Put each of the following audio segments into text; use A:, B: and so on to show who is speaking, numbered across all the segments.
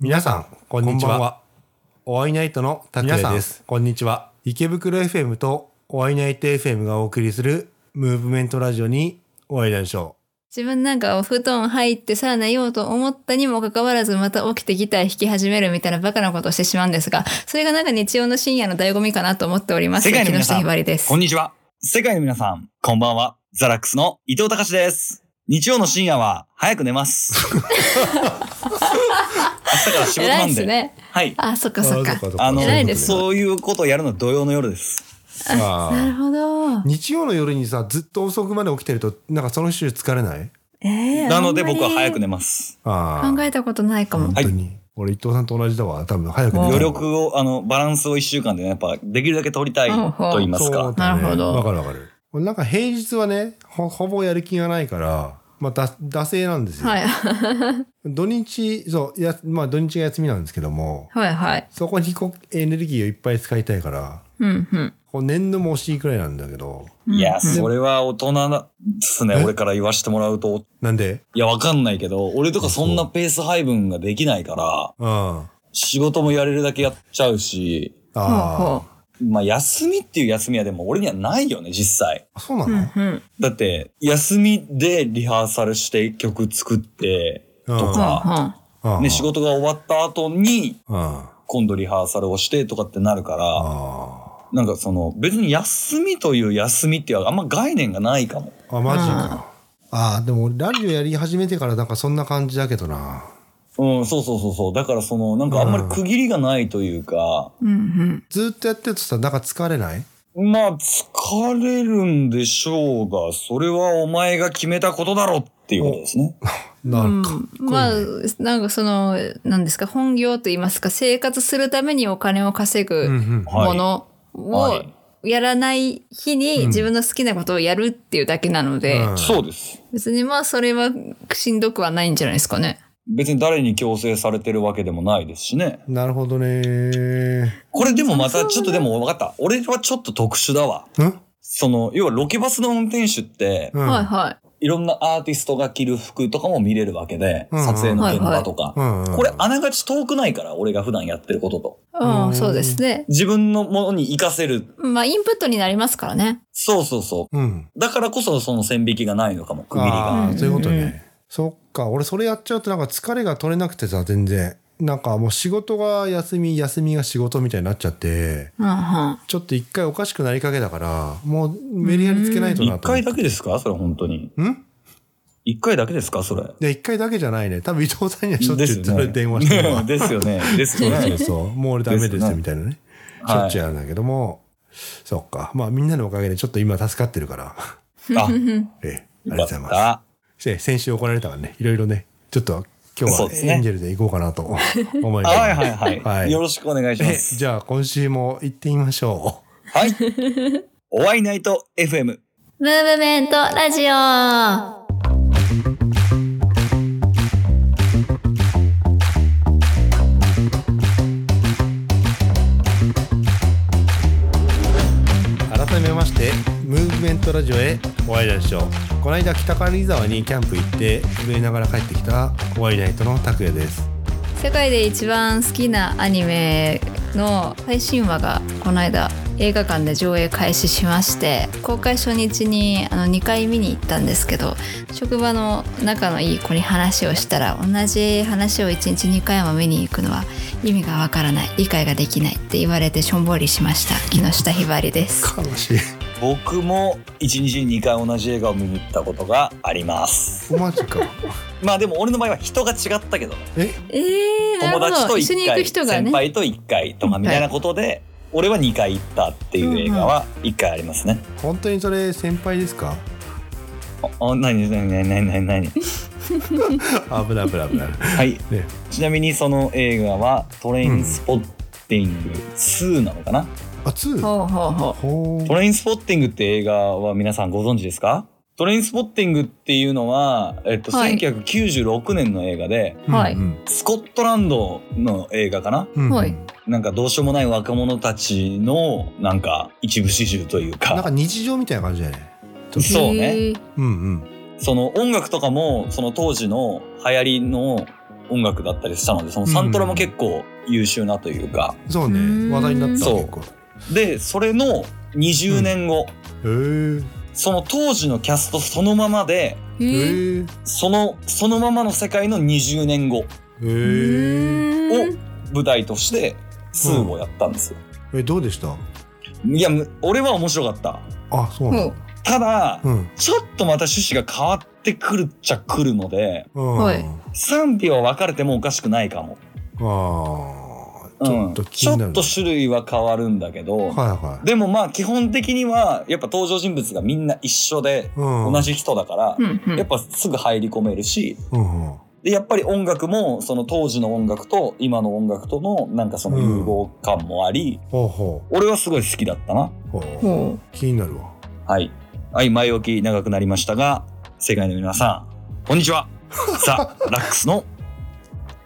A: 皆さん、こんにち
B: こ
A: は。
B: んばんは
A: お会いナイトの
B: 拓
A: 皆
B: 也
A: さん
B: です、
A: こんにちは。池袋 FM とお会いナイト FM がお送りするムーブメントラジオにお会いいたしょ
C: 自分なんかお布団入ってさあ寝ようと思ったにもかかわらずまた起きてギター弾き始めるみたいなバカなことをしてしまうんですが、それがなんか日曜の深夜の醍醐味かなと思っております。
D: 世界の皆さん
C: 木下ひばりです
D: こん。にちは。世界の皆さん、こんばんは。ザラックスの伊藤隆です。日曜の深夜は早く寝ます。明日から仕事
C: 偉
D: ないん
C: で。
D: です
C: ね。
D: はい。
C: あ、そっ
A: う。
C: かそっ
A: あ
C: か。
A: そっ
D: あの
A: そう
C: 偉
A: う
C: い
A: こと
C: ですね
D: そういうことをやるの土曜の夜です。
A: あー
C: なるほど。
A: 日曜の夜にさ、ずっと遅くまで起きてると、なんかその週疲れない
C: えー、
D: なので僕は早く
C: ね。
D: 寝ます。
A: ああ。
C: 考えたことないかも
A: 本。当に。俺、伊藤さんと同じだわ。多分、早く寝た方が
D: 余力を、あの、バランスを一週間でね、やっぱできるだけ取りたいと言います
A: そう
D: か。
A: だね
C: なるほど
A: わかるわかる。俺なんか平日はね、ほほぼやる気がないから、まあ、だ惰性なんですよ。
C: はい。
A: 土日、そう、や、まあ、土日が休みなんですけども、
C: はいはい。
A: そこにこうエネルギーをいっぱい使いたいから、
C: うんうん。
A: こう年度も惜しいくらいなんだけど、
C: うん
D: いや、それは大人なですね。
A: え
D: 俺から言わせてもらうと。
A: なんで
D: いや、わかんないけど、俺とかそんなペース配分ができないから、
A: うん。あ
D: 仕事もやれるだけやっちゃうし、
C: ほう
A: あ
C: ほ
D: まあ、休みっていう休みはでも俺にはないよね、実際。
A: ー。そうな
C: う。う
A: の
C: んうん。
D: だって、休みでリハーサルして曲作って、と
A: う
D: か、
A: んうん。
D: ね、仕事が終わった後に、
A: うん。あ
D: 今度リハーサルをしてとかってなるから、
A: あ
D: なんかその、別に休みという休みっていうのはあんま概念がないかも。
A: ー。あ、マジか。ああ、でも俺ラジオやり始めてからなんかそんな感じだけどな。
D: うん、そうそうそうそう。だからその、なんかあんまり区切りがないというか、
C: うんうん。
A: ずーっとやってるとさ、なんか疲れない
D: まあ、疲れるんでしょうが、それはお前が決めたことだろっていうことですね。
A: な
C: うんん
A: かっこいい、ね。
C: まあ、なんかその、なんですか、本業と言いますか、生活するためにお金を稼ぐ。
A: うんうん。
D: はい
C: もの
D: は
C: を
D: い
C: やらない日
A: うん
C: に自分の好きなことをやるっていうだけなので、
A: うん
D: そうです。
C: 別にまあそれはしんどくはないんじゃないですかね。
D: 別に誰に強制されてるわけでもないですしね。
A: なるほどね。
D: これでもまたちょっとでも分かった。俺はちょっと特殊だわ。
A: うん
D: その、要はロケバスの運転手って、
A: うん。
C: はいはい。
D: いろんなアーティストが着る服とかも見れるわけで、
A: うん
D: 撮影の現場と
A: う
D: か。
A: んうん
D: これあながち遠くないから、俺が普段やってることと。
C: うん、
A: うん
C: そうですね。
D: 自分のものに活かせる。
C: まあインプットになりますからね。
D: そうそうそ
A: うん。
D: う。だからこそその線引きがないのかも、区切りが。
A: ああー、そういうこと
C: うんうんう
A: ね。そっか、俺それやっちゃうとなんか疲れが取れなくてさ、全然。なんかもう仕事が休み、休みが仕事みたいになっちゃって、
C: うんうん。
A: ちょっと一回おかしくなりかけだから、もうメリハリつけないと
D: 一
A: なと思
D: 回
A: って。
D: だけですかそれ本当に。
A: うん
D: 一回だけですかそれ。
A: いや、一回だけじゃないね。多分伊藤さんにはしょっち
D: で
A: ゅ
D: す
A: う
D: よ
A: それ
D: ね。。
A: 電話してるわ
D: ですよね。です
A: そ
D: よ
A: うそ
D: ね
A: う。そう。もう俺ダメですよみたいなね。しょ
D: は
A: っちゅ
D: いう
A: やるんだけども、そっか。まあみんなのおかげでちょっと今助かってるから。
D: あ、
A: ええ、ありがとう
D: よ
A: ござい
D: かっ
A: ます。
D: た。
A: せ先週怒られたからね、いろいろね、ちょっと今日
D: そ
A: は
D: うですね
A: エンジェルで行こうかなと思います。
D: はいはいはい。
A: はい
D: よろしくお願いしま
A: え
D: す。
A: じゃあ今週も行ってみましょ
D: はい。お会いナイト FM。
C: ムーブメントラジオ
A: う。改めまして、ムーブメントラジオへお会いしましょう。この間北軽井沢にキャンプ行って、震えながら帰ってきたお会いナイトの拓也です。
C: 世界で一番好きなアニメの最新話がこの間映画館で上映開始しまして公開初日にあの2回見に行ったんですけど職場の仲のいい子に話をしたら同じ話を1日2回も見に行くのは意味がわからない理解ができないって言われてしょんぼりしました木下ひばりです。
A: 悲しい。
D: 僕も1日に2回同じ映画を見に行ったことがあります。
A: マジか。
D: まあでも俺の場合は人が違ったけどね、
A: え、
C: えー、なる
D: 友達
C: ほ
D: と
C: ど一緒に
D: 1
C: 行く
D: 回、
C: 人が
D: 先
C: ね
D: 輩と1回とかみたいなことで、俺は2回行ったっていう映画は1回ありますね。
A: 本当にそれ先輩ですか
D: あ、なになになになになになに
A: 危ない危ない危ない。
D: はい。
A: ね
D: ちなみにその映画はトレインスポッティング2なのかな、
A: あ、ツー。
C: ほうほうほ
A: ほう
D: トレインスポッティングって映画は皆さんご存知ですかトレインスポッティングっていうのは、えっと、
C: はい
D: 1996年の映画で、
A: うん
C: はい
A: うん
D: スコットランドの映画かな
A: うん
C: はい
D: なんかどうしようもない若者たちの、なんか一部始終という
A: なんか
D: か、
A: 日常みたいな感じだね。
C: う
D: そうね。
C: へー
A: うんうん。
D: その音楽とかも、その当時の流行りの音楽だったりしたので、そのサントラも結構優秀なというか、
A: そう
C: うーん
A: ね話題になった
D: そう
A: 結構へ
D: で、それの20年後、
A: え
D: その当時のキャストそのままで、
C: へー
A: へえ
D: その、そのままの世界の20年後
A: へえ
D: を舞台として、スーをやったんですよ。
A: えどうでした
D: いや、む俺は面白かった。
A: あそうなんだ
D: ただ、
A: うん
D: ちょっとまた趣旨が変わってくるっちゃくるので、
A: うん
C: はい
D: 賛否は分かれてもおかしくないかも。
A: ああち
D: う
A: ょ
D: ん
A: っと気になる
D: ちょっと種類は変わるんだけど、
A: はいはい
D: でもまあ基本的にはやっぱ登場人物がみんな一緒で
A: うん
D: 同じ人だから、
C: うんうん
D: やっぱすぐ入り込めるし
A: うんうん
D: でやっぱり音楽もその当時の音楽と今の音楽とのなんかその融合感もあり、
A: ほうほ
D: 俺はすごい好きだったな
A: うほ
C: ほ
A: う気になるわ
D: はいはい前置き長くなりましたが世界の皆さんこん にちはザ・ラックスの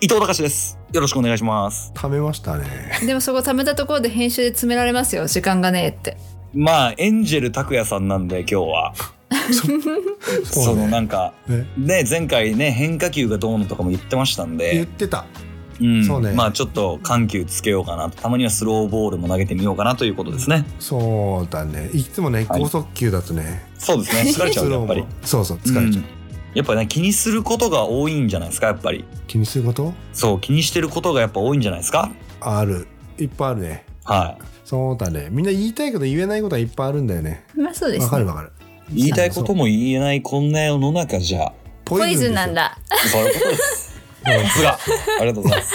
D: 伊藤隆ですよろしくお願いします
A: 貯めました ね
C: うでもそこ貯めたところで編集で詰められますよ時間がねえって
D: まあエンジェル拓也さんなんで今日はそのなんか
A: ね
D: ね、前回ね変化球がどうのとかも言ってましたん
A: 言っ
D: で、
A: てた
D: うん
A: そうね
D: まあちょっと緩急つけようかなとたまにはスローボールも投げてみようかなということですね
A: そうだねいつもね
D: はい
A: 高速球だとね
D: そうですね疲れちゃう
A: ス
D: ねや
A: ロ
D: っぱ
A: ー
D: り
A: もそうそう疲れちゃう
D: うんやっぱね気にすることが多いんじゃないですかやっぱり
A: 気にすること
D: そう気にしてることがやっぱ多いんじゃないですか
A: あるいっぱいあるね
D: はい
A: そうだねみんな言いたいけど言えないことはいっぱいあるんだよね
C: まあそうです、ね、
A: わかるわかる
D: 言いたいことも言えないこんな世の中じゃ
C: ポイズンなんだ
D: そういうことですさすがありがとうございます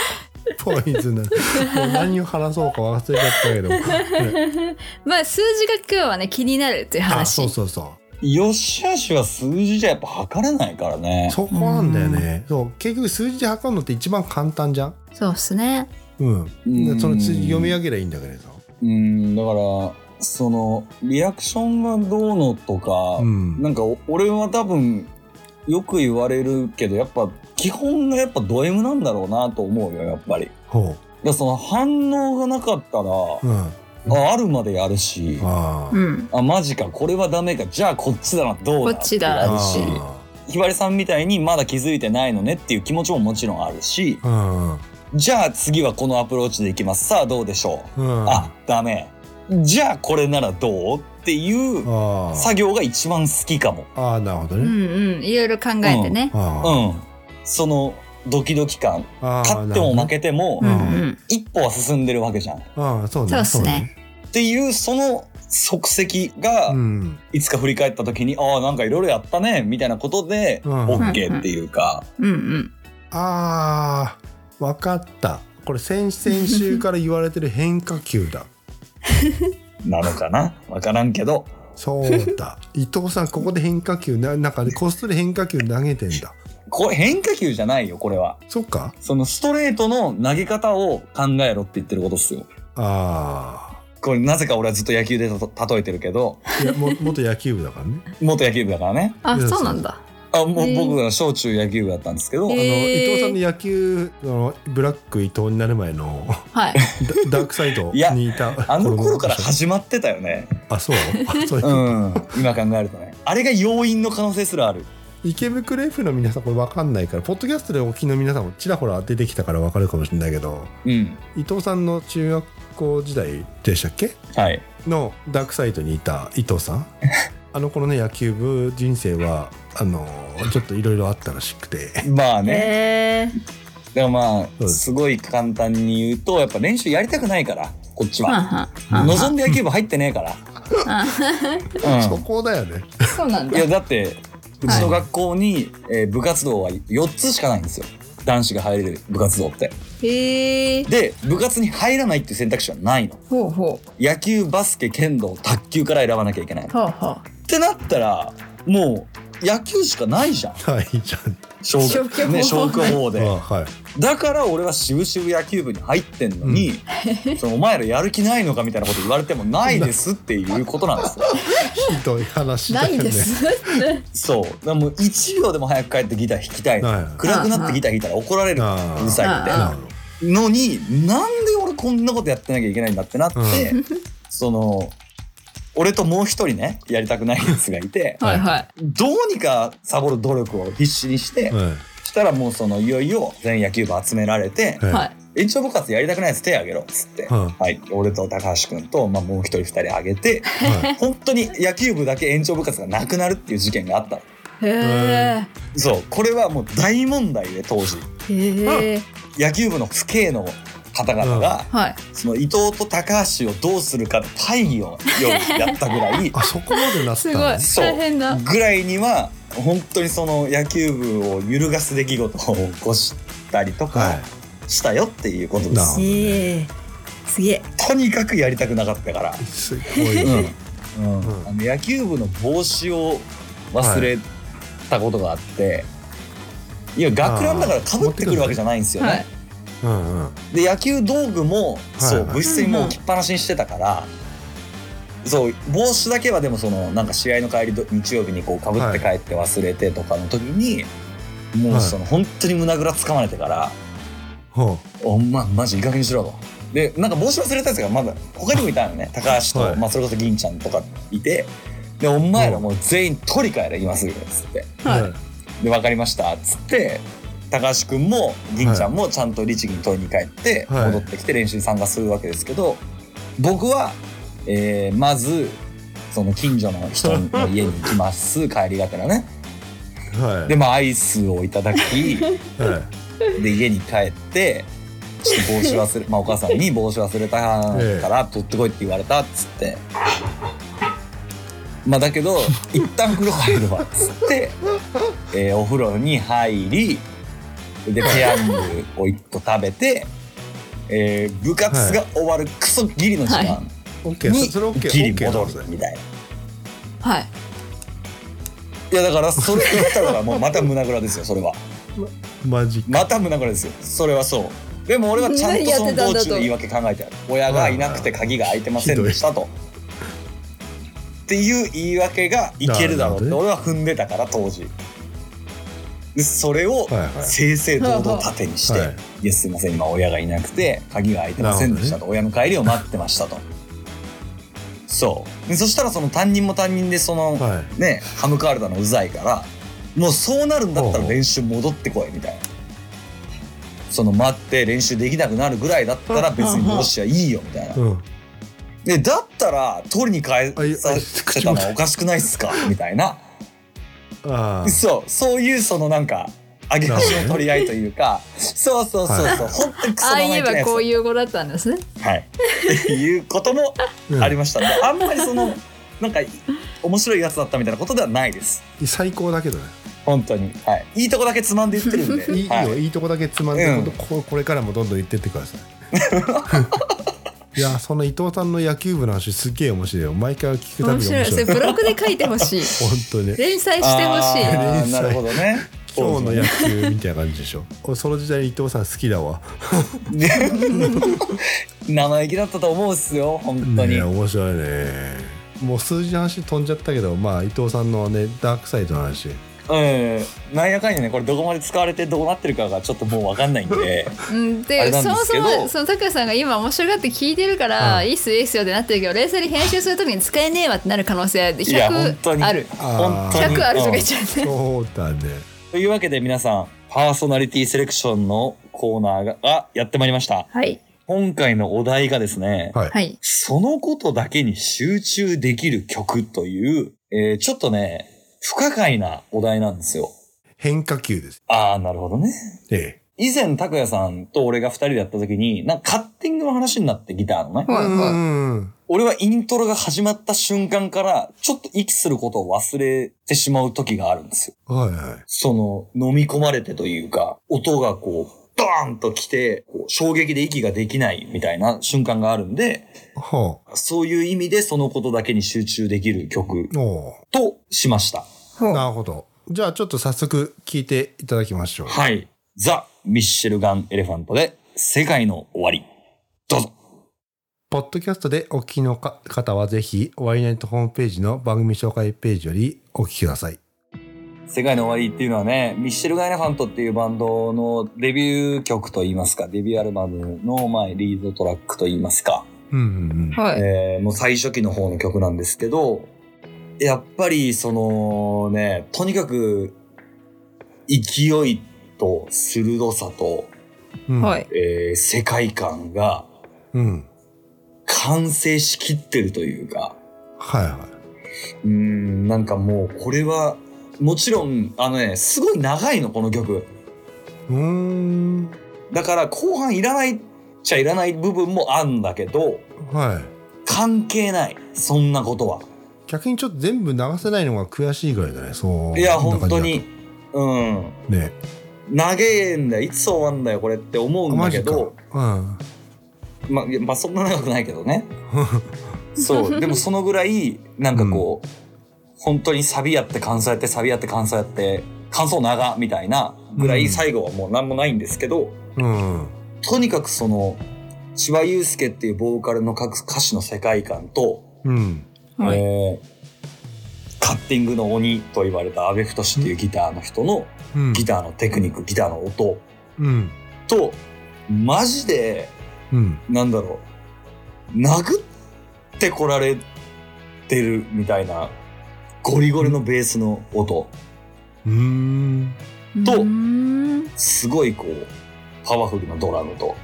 A: ポイズンなんだもう何を話そうか忘れちゃったけどね
C: まあ数字が今日はね気になるっていう
A: あ
C: 話
A: そうそうそ
D: よしあしは数字じゃやっぱ測れないからね
A: うそこなんだよねそう結局数字で測るのって一番簡単じゃん
C: そうっすね
A: うん
D: うん
A: その数字読み上げりゃいいんだけれど
D: うんだからそのリアクションがどうのとか、
A: うん
D: なんかお俺は多分よく言われるけどやっぱ基本がやっぱド M なんだろうなと思うよやっぱり。だか
A: ほ
D: らその反応がなかったら、
A: ううんあ
D: ああるまでやるし、
A: あ
C: うん
D: あマジかこれはダメかじゃあこっちだなどうだ
C: こっちだ
D: ってや
A: あ
D: るしひばりさんみたいにまだ気づいてないのねっていう気持ちももちろんあるし
A: うんうん
D: じゃあ次はこのアプローチでいきますさあどうでしょう
A: うん
D: あダメじゃあこれならどうっていう
A: あ
D: 作業が一番好きかも
A: ああなるほど
C: うん
A: ね、
C: うんいろいろ考えてね、
A: ああ
D: うんそのドキドキ感
A: ああ
D: 勝っても負けても
C: うん、
A: ん
C: うん
D: 一歩は進んでるわけじゃんっ
A: ああそうね
C: そうっすね
D: ていうその即席が
A: そうねうん
D: いつか振り返った時に、ああなんかいろいろやったねみたいなことで
A: うん
D: OK っていうか、
C: うんうん
A: あーわかったこれ先々週から言われてる変化球だ
D: なのかなわからんけど
A: そうだ伊藤さんここで変化球ななんかねこっそり変化球投げてんだ
D: これ変化球じゃないよこれは
A: そっか
D: そのストレートの投げ方を考えろって言ってることっすよ
A: あ
D: これなぜか俺はずっと野球でたと例えてるけど
A: あいやも 元野球部だからね
D: 元野球部だからね
C: あ
A: いや
C: そうなんだ
D: あもう
C: へー
D: 僕は小中野球部だったんですけど、
A: あの
C: へー
A: 伊藤さんの野球あのブラック伊藤になる前の
C: はい
A: ダダークサイド
D: いや
A: にいた
D: あの頃から
A: 子供
D: 始まってたよね。
A: あ そうあそう
D: う
A: いう、
D: ん、今考えるとね。あれが要因の可能性すらある。
A: 池袋 F の皆さんこれわかんないからポッドキャストでお聞きの皆さんもちらほら出てきたからわかるかもしれないけど
D: うん。
A: 伊藤さんの中学校時代でしたっけ
D: はい。
A: のダークサイドにいた伊藤さ んあの頃の野球部人生はあのちょっといろいろあったらしくて
D: まあね。
C: へえ
D: でもま
A: う
D: あ、
A: です
D: すごい簡単に言うと、やっぱ練習やりたくないから、こっち
C: はんは
D: は。
C: んはんは
D: 望んで野球部入ってねえから。
C: あ
A: そ
D: うん。
A: こだよね
C: そうなん
D: い
C: だ
D: や、だって、うちの学校に、えー部活動は4つしかないんですよ。男子が入れる部活動って。
C: へえ
D: で、部活に入らないっていう選択肢はないの。
C: ほうほう
D: 野球、バスケ、剣道、卓球から選ばなきゃいけない。
C: ほうほ
D: ってなったらもう野球しかないじゃん
A: はいじゃん
D: 消
C: 消去法
D: ね、消去法で
A: あはい
D: だから俺は渋々野球部に入ってんのに、そのお前らやる気ないのかみたいなこと言われてもないですっていうことなんですよ
A: ひどい話
C: う
A: だ
C: な
A: よね
C: いですって
D: そうだからもう1秒でも早く帰ってギター弾きたい
A: はい
D: 暗くなってギター弾いたら怒られる
A: あー
D: うるさいっ
C: あ
D: て
A: なるほど
D: のになんで俺こんなことやってなきゃいけないんだってなって、
A: う
D: その俺ともう一人ねやりたくないやつがいて
C: はいはい
D: どうにかサボる努力を必死にして、
A: はい
D: したらもうそのいよいよ全野球部集められて
A: はい
C: はい
D: 「延長部活やりたくないやつ手挙げろ」っつって、
A: は
D: はい、俺と高橋君と、まあ、もう一人二人挙げて
A: いはい
D: 本当に野球部だけ延長部活がなくなるっていう事件があった
C: へ
D: そうこれはもう大問題で当時
C: えへえ
D: 野球部の父兄の方々が、
C: はい
D: その伊藤と高橋をどうするかの会議をようやったぐ らい
A: あそこまでなっ
C: す
A: た
C: ごい
A: の
D: そう
C: 大変だ
D: ぐらいには本当にその野球部を揺るがす出来事を起こしたりと
A: は
D: かしたよっていうことで
A: なるほ
D: す
A: ど、
C: ええすげえ
D: とにかくやりたくなかったから
A: いすごい、
D: うん
A: はい
D: うん
A: うん
D: あの野球部の帽子を忘れたことがあって、い、や学ランだからかぶってくるわけじゃないんですよね。
C: はい
A: うんうん
D: で野球道具も、そう
A: はい
D: 部室にもう置きっぱなしにしてたから、そう帽子だけはでもそのなんか試合の帰りど日曜日にこうかぶって帰って忘れてとかの時に、もうその本当に胸ぐらつかまれてから
A: ほ
D: 「お前マジいい加減にしろ」と。でなんか帽子忘れたやつがまだ他にもいた のね高橋と、
A: はい
D: まあ、それこそ銀ちゃんとかいて「でお前らもう全員取り替えれ今すぐ」っつって
A: う
C: はい
A: はい
D: 「で分かりました」っつって高橋君も銀ちゃんもちゃんと律儀に取りに帰って
A: はい
D: 戻ってきて練習に参加するわけですけど僕は、えーまずその近所の人の家に行きます 帰りがてらね。
A: はい
D: でまあアイスをいただき
A: はい
D: で家に帰ってちょっと帽子忘れまあお母さんに帽子忘れたから取ってこいって言われたっつってまあだけど一旦風呂入るわっつって、えーお風呂に入りでペヤングを1個食べて、えー部活が終わるクソギリの時間
A: オッケーそそれオッ
D: に
A: ケー
D: ギリ
A: オッケー
D: 戻
A: なんです
D: る
A: ね
D: みたいな。
C: はい
D: いやだからそれ言ったらもうまた胸ぐらですよそれは
A: マジ
D: また胸ぐらですよそれはそうでも俺はちゃんとその道中の言い訳考え てある親がいなくて鍵が開いてませんでしたとっていう言い訳がいけるだろうって
A: なるほ
D: 俺は踏んでたから当時でそれを
A: はいはい
D: 正々堂々盾にして「
A: はいい、
D: やすいません今親がいなくて鍵が開いてませんでした」と、親の帰りを待ってましたとそうでそしたらその担任も担任でその、
A: は
D: ね歯向かわれたのうざいからもうそうなるんだっ
A: ほ
D: た
A: う
D: ら
A: ほう
D: 練習戻ってこいみたいなその待って練習できなくなるぐらいだったら別に帽子はいいよみたいない
A: うん
D: でだったら取りに帰
A: あいや
D: させたのはおかしくないっすかみたいな
A: ああ
D: そうそういうそのなんか上げ足の取り合いというかそうそうそうそう本当にクソ
C: ああ
D: 生意
C: 言え
D: 気な
C: ば
D: やつ
C: こういう語だったんですね
D: はいっていうこともありましたであんまりそのなんか面白いやつだったみたいなことではないです
A: うん最高だけどね
D: 本当に、はい、いいとこだけつまんでいってるんで
A: いいよ、、
D: はいい
A: いとこだけつまんで、
D: うん
A: こここれからもどんどん言ってってくだ さいいやその伊藤さんの野球部の話すっげえ面白いよ毎回聞くたび
C: 面
A: に
C: 白
A: 面
C: いそ
A: 白
C: れ
A: い
C: ブログで書いてほ しい
A: 本当に
C: 連載してほしい
D: あ
A: 連
D: ー
A: 載
D: なるほどね
A: 今日の野球みたいな感じでしょ俺その時代伊藤さん好きだわ
D: 生意気だったと思うっすよ本当に、
A: ねえ面白いねもう数字の話飛んじゃったけどまあ伊藤さんのねダークサイドの話
D: うんなんやかんやねこれどこまで使われてどうなってるかがちょっともう分かんないんで
C: うん、
D: あれ
C: で
D: な
C: そ
D: んで
C: も
D: す
C: そ
D: けど
C: もその拓哉さんが今面白がって聞いてるから、
A: うん
C: いいっすよいいっすよってなってるけど冷静に編集するときに使えねえわってなる可能性
D: いや本当
C: 100
D: に
C: ある
A: あー
D: 本当に
C: 100あるとか言っちゃうね、
A: そうだね
D: というわけで皆さんパーソナリティセレクションのコーナーがあやってまいりました
C: はい
D: 今回のお題がですね、
A: はい、
C: はい
D: そのことだけに集中できる曲という、えーちょっとね不可解なお題なんですよ
A: 変化球です
D: ああなるほどね
A: え
D: 以前、拓也さんと俺が二人でやった時に、なんかカッティングの話になってギターのね
A: え。
C: はい
A: うん
C: はい
A: うん
D: 俺はイントロが始まった瞬間から、ちょっと息することを忘れてしまう時があるんですよ。
A: はいはい
D: その、飲み込まれてというか、音がこう、ドーンと来て、こう衝撃で息ができないみたいな瞬間があるんで、
A: は
D: そういう意味でそのことだけに集中できる曲
A: あおー
D: としました。
A: なるほど。じゃあちょっと早速聞いていただきましょう。
D: はい。ザ・ミッシェルガン・エレファントで、世界の終わり。どうぞ。
A: ポッドキャストでお聞きのか方はぜひ、ワイナイトホームページの番組紹介ページよりお聞きください。
D: 世界の終わりっていうのはね、ミッシェル・ガイナファントっていうバンドのデビュー曲といいますか、デビューアルバムの、まあ、リードトラックといいますか、
A: うんうんうん。
C: はい
D: えーもう最初期の方の曲なんですけど、やっぱりそのね、とにかく勢いと鋭さと、
A: うん
C: はい。
D: えー世界観が
A: うん
D: 完成しきってるというか、
A: はいは
D: うーん、なんかもうこれは、もちろん、あのね、すごい長いの、この曲。
A: いうーん
D: だから後半いらないっちゃいらない部分もあんだけど、
A: はい
D: 関係ない。そんなことは。
A: 逆にちょっと全部流せないのが悔しいぐらいだねそう
D: い
A: い
D: や、本当に、うん。
A: ね
D: 長えんだよ。いつ終わんだよ、これって思うんだけど、
A: うん
D: まあ、いやまあ、そんな長くないけど ね。そう。でもそのぐらい、なんかこう、本当にサビやって感想やって、サビやって感想やって、感想長みたいなぐら
A: う
D: い
A: ん
D: 最後はもう何もないんですけど、
A: うん
D: とにかくその、千葉雄介っていうボーカルの各歌詞の世界観と、
A: うん
C: はい。
D: えーカッティングの鬼と言われた阿部太っていうギターの人の
A: うん
D: ギターのテクニック、ギターの音
A: うん
D: と、マジで、
A: うん
D: なんだろう、殴ってこられてるみたいな、ゴリゴリのベースの音、
A: うーん
D: と
C: うーん
D: すごいこう、パワフルなドラムと、
A: こ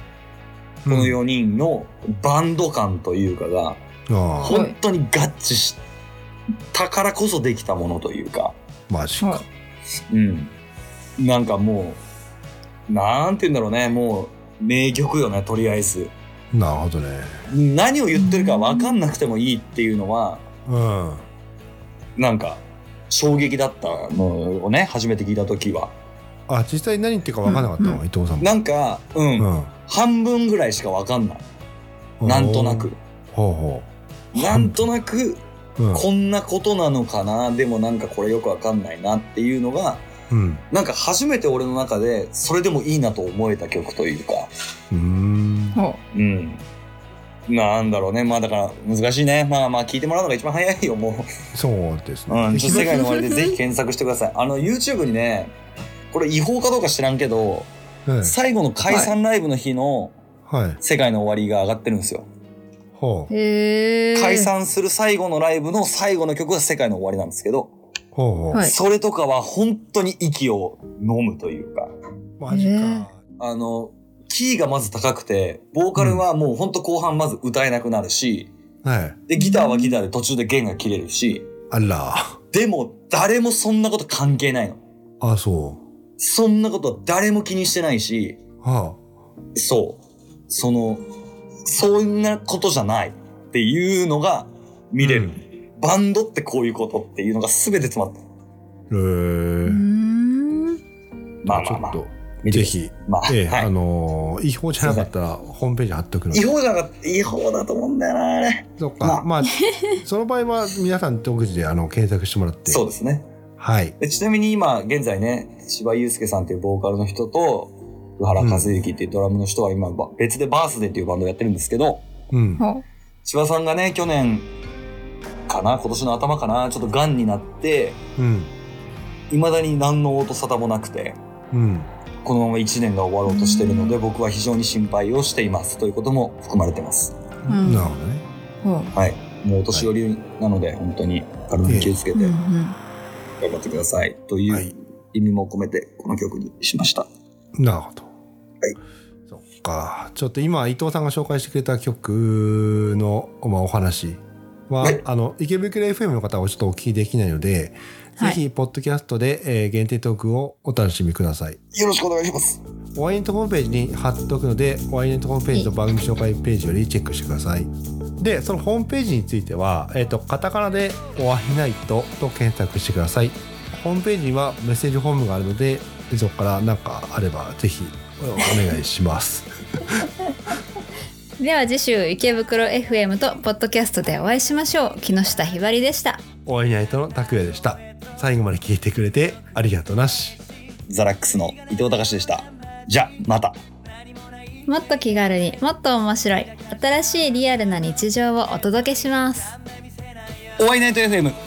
D: この4人のバンド感というかが、
A: あ
C: はい
D: 本当に合致したからこそできたものというか、
A: あマジか
C: は
D: うん。なんかもう、なんて言うんだろうね、もう、名曲よね、とりあえず。
A: なるほどね
D: 何を言ってるか分かんなくてもいいっていうのは、
A: うん
D: なんか、衝撃だったのをね、初めて聞いた時は。
A: あ実際何言ってるか分からなかったわ、
C: うんう
A: 伊藤さんも
D: なんか、うん、半分ぐらいしか分かんない。
A: うん
D: なんとなく。
A: ほうほ
D: なんとなく、
A: ううん
D: こんなことなのかな、でもなんかこれよく分かんないなっていうのが、
A: うん
D: なんか初めて俺の中で、それでもいいなと思えた曲というか。
A: うーん
C: ほ
D: うん。なんだろうね。まあだから難しいね。まあまあ聞いてもらうのが一番早いよ、も
A: そうです
D: う。う
A: ね
D: ん。ちょっと世界の終わりでぜひ検索してください。あの YouTube にね、これ違法かどうか知らんけど、
A: はい
D: 最後の解散ライブの日の
A: はい
D: 世界の終わりが上がってるんですよ。
A: ほ
C: う
A: う
C: へえ。
D: 解。散する最後のライブの最後の曲が世界の終わりなんですけど、
A: ほうほう
C: はい
D: それとかは本当に息を飲むというか、
A: マジか、
C: え
D: あの、キーがまず高くて、ボーカルはもう本当後半まず歌えなくなるし、
A: はい
D: で、ギターはギターで途中で弦が切れるし、
A: あら
D: でも誰もそんなこと関係ないの。
A: あそ
D: そんなこと誰も気にしてないし、
A: うは
D: そう。その、そんなことじゃないっていうのが見れる。バンドってこういうことっていうのが全て詰まってる。
A: あへえ
C: うーん。
D: まあまあまあ
A: ちょ。っと
D: 見て
A: ぜ
D: ください
A: ひ
D: まあ、
A: ええ、
D: は
A: あ
D: い。
A: のー違法じゃなかったらホームページ貼っとくので
D: 違法じゃなかった、違法だと思うんだよな、あれ。
A: そっか、
D: まあ
A: まあその場合は皆さん独自であの検索してもらって
D: そうですね。
A: はい
D: でちなみに今、現在ね、千葉祐介さんっていうボーカルの人と、福原和之っていうドラムの人は今、ば別でバースデーっていうバンドをやってるんですけど、
A: うん
C: ほ
D: 千葉さんがね去年かな今年の頭かなちょっとがんになって
A: うん
D: いまだに何の音沙汰もなくて
A: うん
D: このまま1年が終わろうとしてるので僕は非常に心配をしていますということも含まれてます
C: うん
A: なるほどね
C: う。ほう。
D: はいもうお年寄りなので、本当に体に気をつけて
C: うんう
D: 頑
C: ん。
D: 張ってくださいとい
A: は
D: う
A: い
D: 意味も込めてこの曲にしました
A: なるほど。そっか。ちょっと今、伊藤さんが紹介してくれた曲の、まあ、お話は、
D: はい
A: あの、池袋 FM の方はちょっとお聞きできないので、
C: はい
A: ぜひ、ポッドキャストで、えー限定トークをお楽しみください。
D: よろしくお願いします
A: ワイネットホームページに貼っておくので、ワイネットホームページの番組紹介ページよりチェックしてください。で、そのホームページについては、えっ、と、カタカナで、ワイナイトと検索してください。ホームページにはメッセージフォームがあるので、そこからなんかあれば、ぜひ、お願いします。
C: では次週池袋 FM とポッドキャストでお会いしましょう木下ひばりでした
A: お会いナイトの拓也でした。最後まで聞いてくれてありがとうなし。
D: ザラックスの伊藤隆でしたじゃあまた
C: もっと気軽にもっと面白い新しいリアルな日常をお届けします
D: お会いナイト FM